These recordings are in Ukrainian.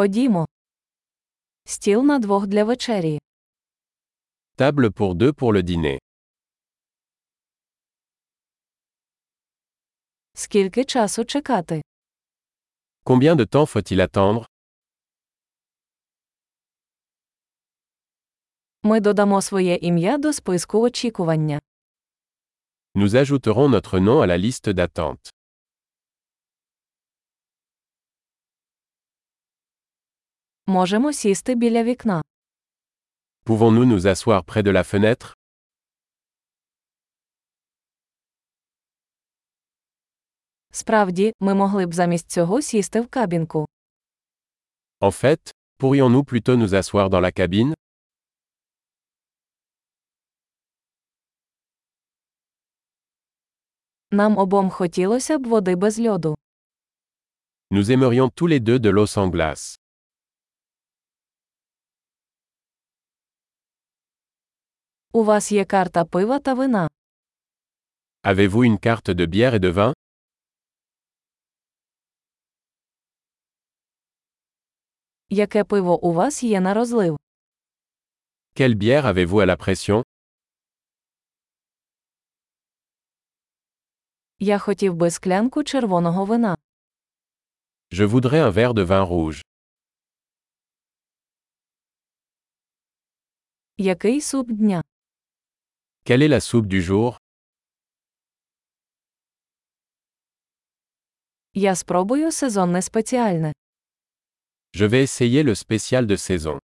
Ходімо. Стіл на двох для вечері. Table pour deux pour le dîner. Скільки часу чекати? Combien de temps faut-il attendre Ми додамо своє ім'я до списку очікування. Nous ajouterons notre nom à la liste d'attente. Можемо сісти біля вікна. Pouvons-nous nous asseoir près de la fenêtre Справді, ми могли б замість цього сісти в кабінку. En fait, pourrions-nous plutôt nous asseoir dans la cabine Нам обом хотілося б води без льоду. Nous aimerions tous les deux de l'eau sans glace. У вас є карта пива та вина. Avez-vous une carte de bière et de vin Яке пиво у вас є на розлив? Quelle bière avez-vous à la pression Я хотів би склянку червоного вина. Je voudrais un verre de vin rouge. Який суп дня? Quelle est la soupe du jour Я спробую сезонне спеціальне. Je vais essayer le spécial de saison.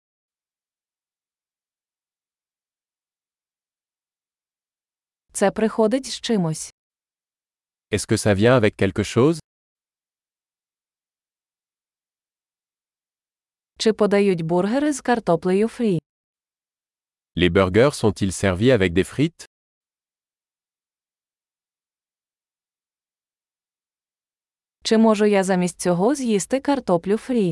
Це приходить з чимось. Est-ce que ça vient avec quelque chose Чи подають бургери з картоплею фрі? Les burgers sont-ils servis avec des frites Чи можу я замість цього з'їсти картоплю фрі?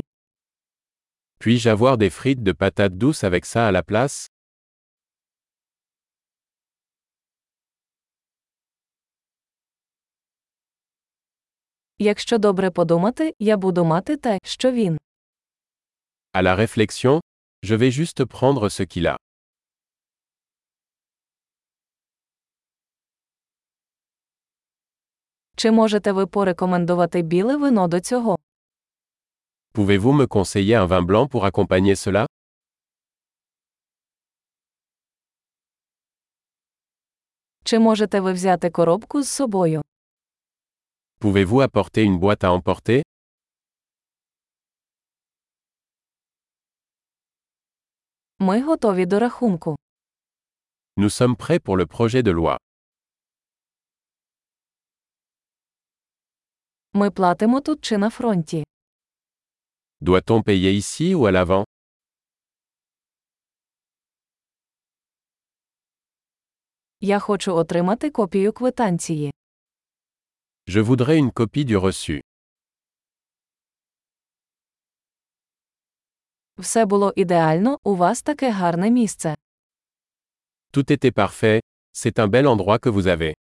Puis-je avoir des frites de patates douces avec ça à la place Якщо добре подумати, я буду мати те, що він. À la réflexion, je vais juste prendre ce qu'il a. Чи можете ви порекомендувати біле вино до цього? Pouvez-vous me conseiller un vin blanc pour accompagner cela Чи можете ви взяти коробку з собою? Pouvez-vous apporter une boîte à emporter Ми готові до рахунку. Nous sommes prêts pour le projet de loi. Ми платимо тут чи на фронті. Doit-on payer ici ou à l'avant Я хочу отримати копію квитанції. Je voudrais une copie du reçu. Все було ідеально, у вас таке гарне місце. Tout était parfait, c'est un bel endroit que vous avez.